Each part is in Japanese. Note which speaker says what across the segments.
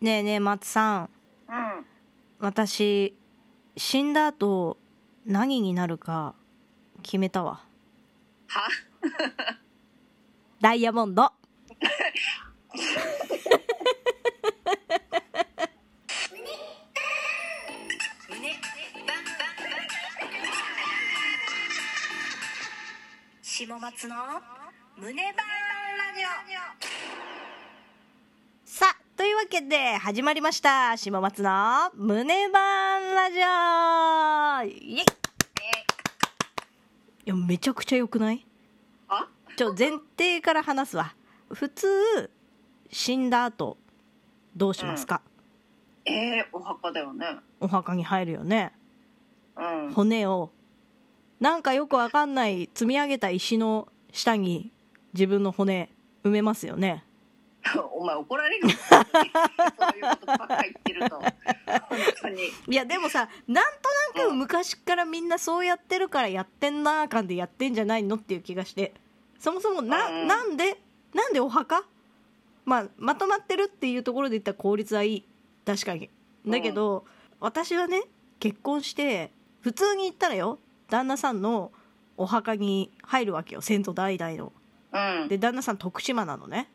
Speaker 1: ねえねえ松さん
Speaker 2: うん。
Speaker 1: 私死んだ後何になるか決めたわ
Speaker 2: は
Speaker 1: ダイヤモンド
Speaker 2: 胸バンバンバン。下松の胸バンバンラジ
Speaker 1: さあというわけで始まりました下松の胸バーンラジオイエイいやめちゃくちゃ良くない
Speaker 2: オ。あ？
Speaker 1: ちょ前提から話すわ普通死んだ後どうしますか、
Speaker 2: えー、お墓だよね。
Speaker 1: お墓に入るよね
Speaker 2: うん。
Speaker 1: 骨をなんかよくわかんない積み上げた石の下に自分の骨埋めますよね
Speaker 2: お前怒られるよ。そういうことばっか言ってると。本当に。
Speaker 1: いやでもさなんとなく昔からみんなそうやってるからやってんなあかんでやってんじゃないのっていう気がしてそもそもな,、
Speaker 2: うん
Speaker 1: なんでなんでお墓、まあ、まとまってるっていうところで言ったら効率はいい確かにだけど、私はね結婚して普通に言ったらよ旦那さんのお墓に入るわけよ先祖代々の
Speaker 2: うん。
Speaker 1: で旦那さん徳島なのね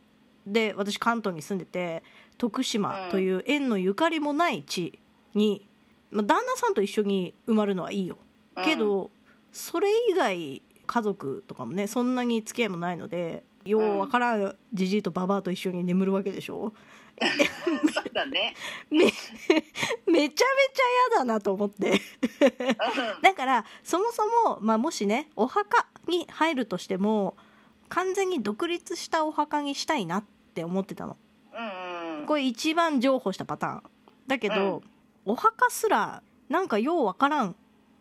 Speaker 1: で私関東に住んでて徳島という縁のゆかりもない地に、まあ、旦那さんと一緒に埋まるのはいいよ
Speaker 2: うん
Speaker 1: け、ど、それ以外家族とかもねそんなに付き合いもないのでようわからんじじいとばばあと一緒に眠るわけでしょ
Speaker 2: そうだね。
Speaker 1: めめちゃめちゃ嫌だなと思 って
Speaker 2: う
Speaker 1: だからそもそも、まあ、もしねお墓に入るとしても完全に独立したお墓にしたいなって思ってたの
Speaker 2: ん。うん。
Speaker 1: これ一番譲歩したパターンだけど、お墓すらなんかようわからん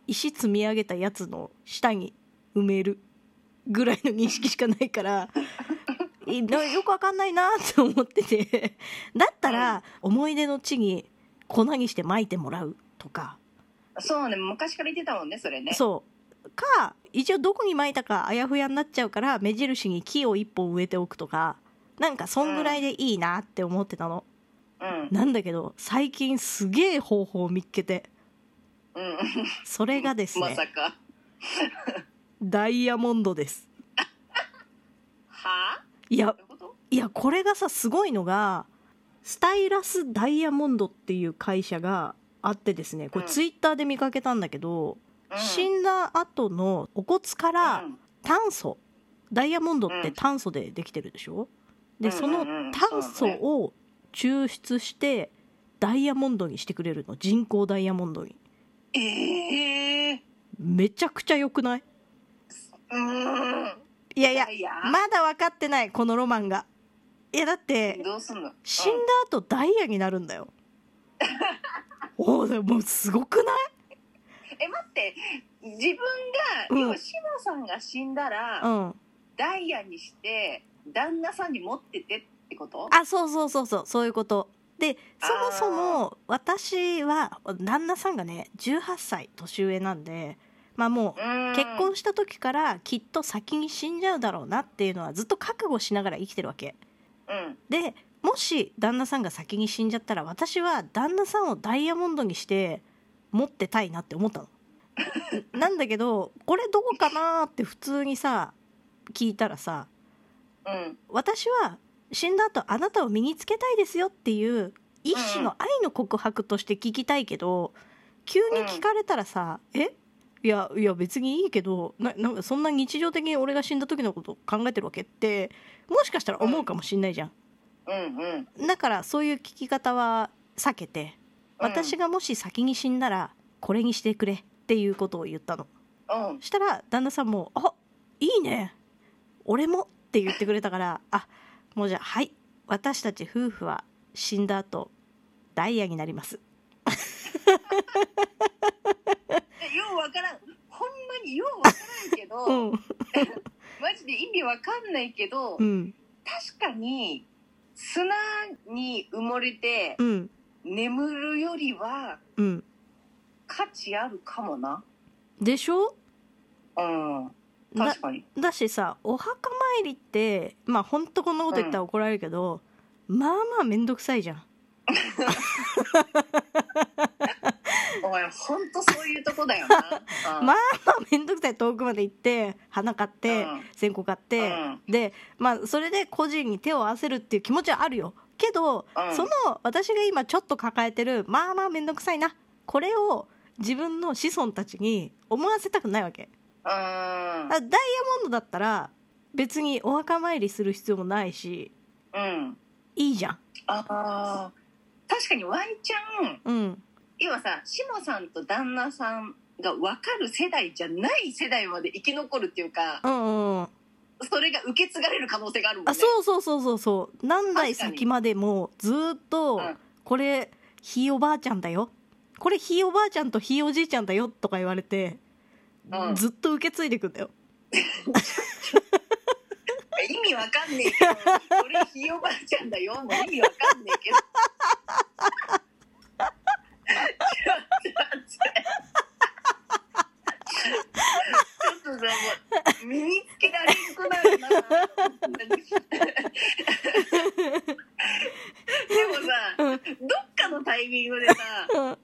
Speaker 1: 石積み上げたやつの下に埋めるぐらいの認識しかないから いなよくわかんないなって思っててだったら思い出の地に粉にして撒いてもらうとか。
Speaker 2: そうね。昔から言ってたもんね。それね。
Speaker 1: そうか一応どこに撒いたかあやふやになっちゃうから目印に木を一本植えておくとかなんかそんぐらいでいいなって思ってたの、
Speaker 2: うん。
Speaker 1: なんだけど最近すげえ方法を見っけて
Speaker 2: うん。
Speaker 1: それがです
Speaker 2: ま
Speaker 1: ね
Speaker 2: さか。
Speaker 1: ダイヤモンドです
Speaker 2: はい
Speaker 1: や
Speaker 2: どういうこと
Speaker 1: いやこれがさすごいのがスタイラスダイヤモンドっていう会社があってですねこれ
Speaker 2: うん
Speaker 1: ツイッターで見かけたんだけど、
Speaker 2: うん
Speaker 1: 死んだ後のお骨から、
Speaker 2: うん
Speaker 1: 炭素ダイヤモンドって
Speaker 2: うん
Speaker 1: 炭素でできてるでしょ、で
Speaker 2: うんうん
Speaker 1: その
Speaker 2: うん
Speaker 1: 炭素を抽出してダイヤモンドにしてくれるの人工ダイヤモンドに
Speaker 2: ええ
Speaker 1: めちゃくちゃ良くない
Speaker 2: ー。うん。
Speaker 1: いやい
Speaker 2: い
Speaker 1: や
Speaker 2: やいや。
Speaker 1: まだ分かってないこのロマンがいやだって
Speaker 2: どうすんの
Speaker 1: 死んだ後ダイヤになるんだ よおおでももうすごくない
Speaker 2: え待って自分
Speaker 1: うん
Speaker 2: が、要は志麻さんが死んだら、
Speaker 1: うん
Speaker 2: ダイヤにして旦那さんに持っててってこと
Speaker 1: あそうそうそうそうそういうことでそもそも私は旦那さんがね18歳年上なんでまあもう
Speaker 2: うん
Speaker 1: 結婚した時からきっと先に死んじゃうだろうなっていうのはずっと覚悟しながら生きてるわけ
Speaker 2: うん
Speaker 1: でもし旦那さんが先に死んじゃったら私は旦那さんをダイヤモンドにして持ってたいなって思ったのなんだけどこれどうかなーって普通にさ聞いたらさ
Speaker 2: うん
Speaker 1: 私は死んだ後あなたを身につけたいですよっていう一種の愛の告白として聞きたいけど、急に聞かれたらさ「えいやいや別にいいけどななんかそんな日常的に俺が死んだ時のこと考えてるわけ?」ってもしかしたら思うかもしんないじゃん。
Speaker 2: うんうん
Speaker 1: だからそういう聞き方は避けて私がもし先に死んだらこれにしてくれっていうことを言ったの。
Speaker 2: うん
Speaker 1: したら旦那さんも「あいいね俺も」って言ってくれたから「あもうじゃあはい私たち夫婦は死んだ後ダイヤになります
Speaker 2: えようわからんほんまにようわからんけ」ど、
Speaker 1: うん
Speaker 2: マジで意味わかんないけど、
Speaker 1: うん
Speaker 2: 確かに砂に埋もれて
Speaker 1: うん
Speaker 2: 眠るよりは
Speaker 1: うん
Speaker 2: 価値あるかもな
Speaker 1: でしょ
Speaker 2: うん
Speaker 1: だ
Speaker 2: 確かに
Speaker 1: だしさお墓参りってまあほんとこんなこと言ったら怒られるけど、まあまあ面倒くさいじゃん
Speaker 2: お前ほんとそういうとこだ よな、うん
Speaker 1: まあまあ面倒くさい遠くまで行って花買って
Speaker 2: うん
Speaker 1: 線香買っ
Speaker 2: う
Speaker 1: て
Speaker 2: ん
Speaker 1: でまあそれで個人に手を合わせるっていう気持ちはあるよけど
Speaker 2: うん
Speaker 1: その私が今ちょっと抱えてるまあまあ面倒くさいなこれを自分の子孫たちに思わせたくないわけ
Speaker 2: うん
Speaker 1: だからダイヤモンドだったら別にお墓参りする必要もないし
Speaker 2: うん
Speaker 1: いいじゃん
Speaker 2: ああー確かにワンちゃん
Speaker 1: うん
Speaker 2: 今さしもさんと旦那さんが分かる世代じゃない世代まで生き残るっていうか
Speaker 1: うんうんうん
Speaker 2: それが受け継がれる可能性があるもんね
Speaker 1: あそうそうそうそうそう何代
Speaker 2: 確かに
Speaker 1: 先までもずーっと
Speaker 2: うん
Speaker 1: これひいおばあちゃんだよこれひいおばあちゃんとひいおじいちゃんだよとか言われて、
Speaker 2: うん
Speaker 1: ずっと受け継いでいくんだよ
Speaker 2: 意味わかんねえけど「俺ひいおばあちゃんだよ」もう意味わかんねえけど。ちょっとさもう身につけられなくなるな。でも
Speaker 1: う
Speaker 2: さ
Speaker 1: ん
Speaker 2: どっかのタイミングでさ
Speaker 1: うん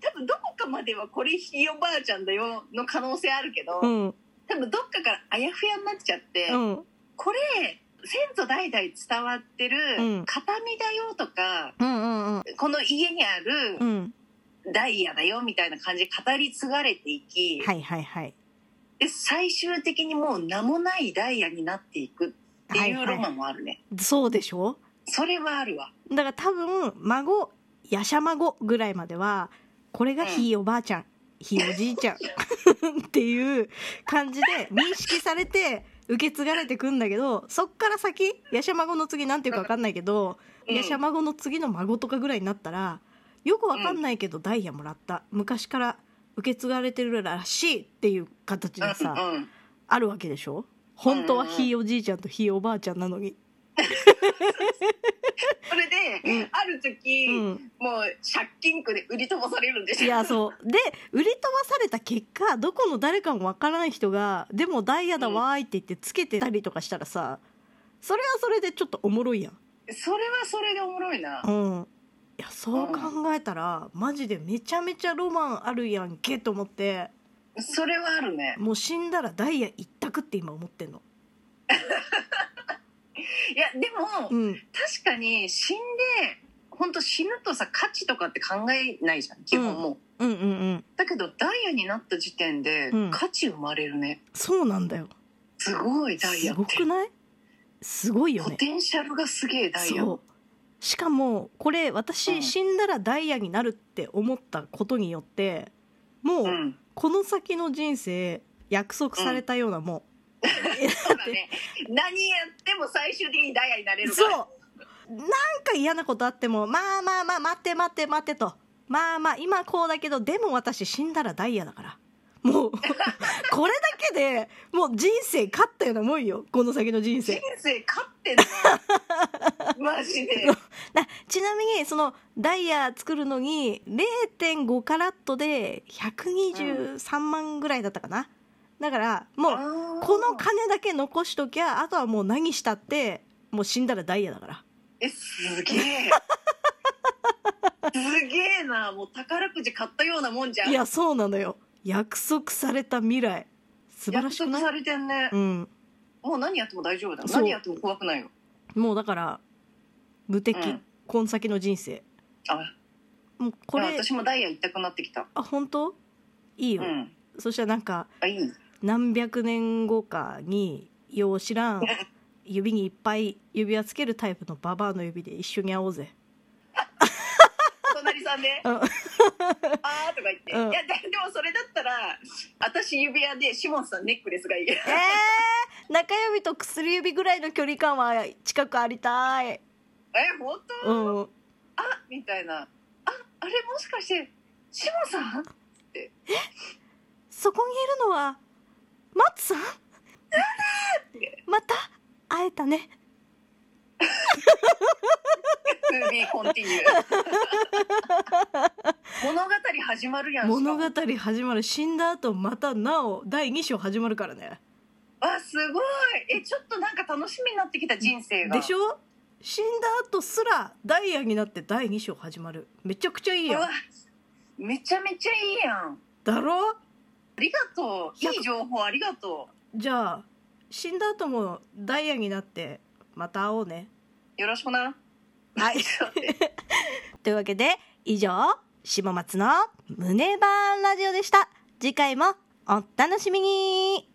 Speaker 2: 多分どこかまではこれひいおばあちゃんだよの可能性あるけど、
Speaker 1: うん
Speaker 2: 多分どっかからあやふやになっちゃって、
Speaker 1: うん
Speaker 2: これ先祖代々伝わってる
Speaker 1: うん
Speaker 2: 形見だよとか、
Speaker 1: うんうん
Speaker 2: この家にある
Speaker 1: うん
Speaker 2: ダイヤだよみたいな感じで語り継がれていき、
Speaker 1: はいはいはい
Speaker 2: で最終的にもう名もないダイヤになっていくって
Speaker 1: はい
Speaker 2: いうロマ
Speaker 1: は
Speaker 2: ンもあるね、
Speaker 1: いそうでしょ
Speaker 2: それはあるわ
Speaker 1: だから多分孫やしゃ孫ぐらいまではこれがひいおばあちゃん、ひいおじい ちゃんっていう感じで認識されて受け継がれてくんだけどそっから先やしゃ孫の次なんていうか分かんないけど、
Speaker 2: うん
Speaker 1: やしゃ孫の次の孫とかぐらいになったらよく分かんないけどダイヤもらった昔から受け継がれてるらしいっていう形でさ、
Speaker 2: うんうん、
Speaker 1: あるわけでしょ本当はひいおじいちゃんとひいおばあちゃんなのに。
Speaker 2: それで、
Speaker 1: うん
Speaker 2: ある時、
Speaker 1: うん
Speaker 2: もう借金区で売り飛ばされるんでしょ
Speaker 1: いやそうで売り飛ばされた結果どこの誰かもわからない人が「でもダイヤだわーい」って言ってつけてたりとかしたらさそれはそれでちょっとおもろいやん。
Speaker 2: それはそれでおもろいな、
Speaker 1: うんいやそう考えたらマジでめちゃめちゃロマンあるやんけと思って
Speaker 2: それはあるね
Speaker 1: もう死んだらダイヤ一択って今思ってんの。
Speaker 2: いやでも、
Speaker 1: うん
Speaker 2: 確かに死んで本当死ぬとさ価値とかって考えないじゃん基本もう、
Speaker 1: うんうんうん
Speaker 2: だけどダイヤになった時点で
Speaker 1: うん
Speaker 2: 価値生まれるね、
Speaker 1: そうなんだよ
Speaker 2: すごいダイ
Speaker 1: す
Speaker 2: ヤって
Speaker 1: ごくないすごいよ
Speaker 2: ポ
Speaker 1: ね。
Speaker 2: テンシャルがすげえダイヤ
Speaker 1: そうしかもこれ私、
Speaker 2: うん
Speaker 1: 死んだらダイヤになるって思ったことによってもう、
Speaker 2: うん、
Speaker 1: この先の人生約束されたようなもん、 え
Speaker 2: そうだね何やっても最終的にダイヤになれるか
Speaker 1: そう
Speaker 2: ら
Speaker 1: なんか嫌なことあってもまあまあまあ待って待って待ってとまあまあ今こうだけどでも私死んだらダイヤだから もうこれだけでもう人生勝ったようなもんよこの先の人
Speaker 2: 人
Speaker 1: 生
Speaker 2: 生勝っ てんのマジで
Speaker 1: なちなみにそのダイヤ作るのに0.5カラットで123万ぐらいだったかなだからもうこ
Speaker 2: こ
Speaker 1: の金だけ残しときゃあとはもう何したってもう死んだらダイヤだから
Speaker 2: えすげえすげえなもう宝くじ買ったようなもんじゃん
Speaker 1: いやそうなのよ約束された未来素晴らしく
Speaker 2: 約
Speaker 1: な
Speaker 2: 束さ
Speaker 1: い
Speaker 2: れてんね、
Speaker 1: うん
Speaker 2: もう何やっても大丈夫だよ
Speaker 1: そう
Speaker 2: 何やっても怖くないよ
Speaker 1: もうだから無敵、
Speaker 2: うん
Speaker 1: この先の人生
Speaker 2: あ
Speaker 1: もうこ
Speaker 2: これ
Speaker 1: れ
Speaker 2: 私もダイヤ行きたくなってきた
Speaker 1: あ本当いいうよ、
Speaker 2: ん
Speaker 1: そしたらなんか
Speaker 2: あいい
Speaker 1: 何百年後かによう知らん指にいっぱい指輪つけるタイプのババアの指で一緒に会おうぜ
Speaker 2: お隣さんで「
Speaker 1: うん
Speaker 2: あー」とか言って、
Speaker 1: うん
Speaker 2: いやででもそれだったら私指輪でシモンさんネックレスがい い
Speaker 1: えー、中指と薬指ぐらいの距離感は近くありたい
Speaker 2: え本当、
Speaker 1: うん
Speaker 2: あみたいなああれもしかしてシモンさん
Speaker 1: そこにいるのはマツさんまた会えたね
Speaker 2: ムービーコンティニ ュー物語始まるやんしか
Speaker 1: 物
Speaker 2: も
Speaker 1: 語始まる死んだ後またなお第2章始まるからね
Speaker 2: あすごいえちょっとなんか楽しみになってきた人生が
Speaker 1: でしょ死んだ後すらダイヤになって第2章始まるめちゃくちゃいいう
Speaker 2: わ
Speaker 1: やん
Speaker 2: めちゃめちゃいいやん
Speaker 1: だろ
Speaker 2: ありがとう
Speaker 1: 100
Speaker 2: いい情報ありがと
Speaker 1: じゃあ死んだ後もダイヤになってまた会おうね
Speaker 2: うよろしくな
Speaker 1: はい というわけで以上下松の「胸バーンラジオ」でした次回もお楽しみに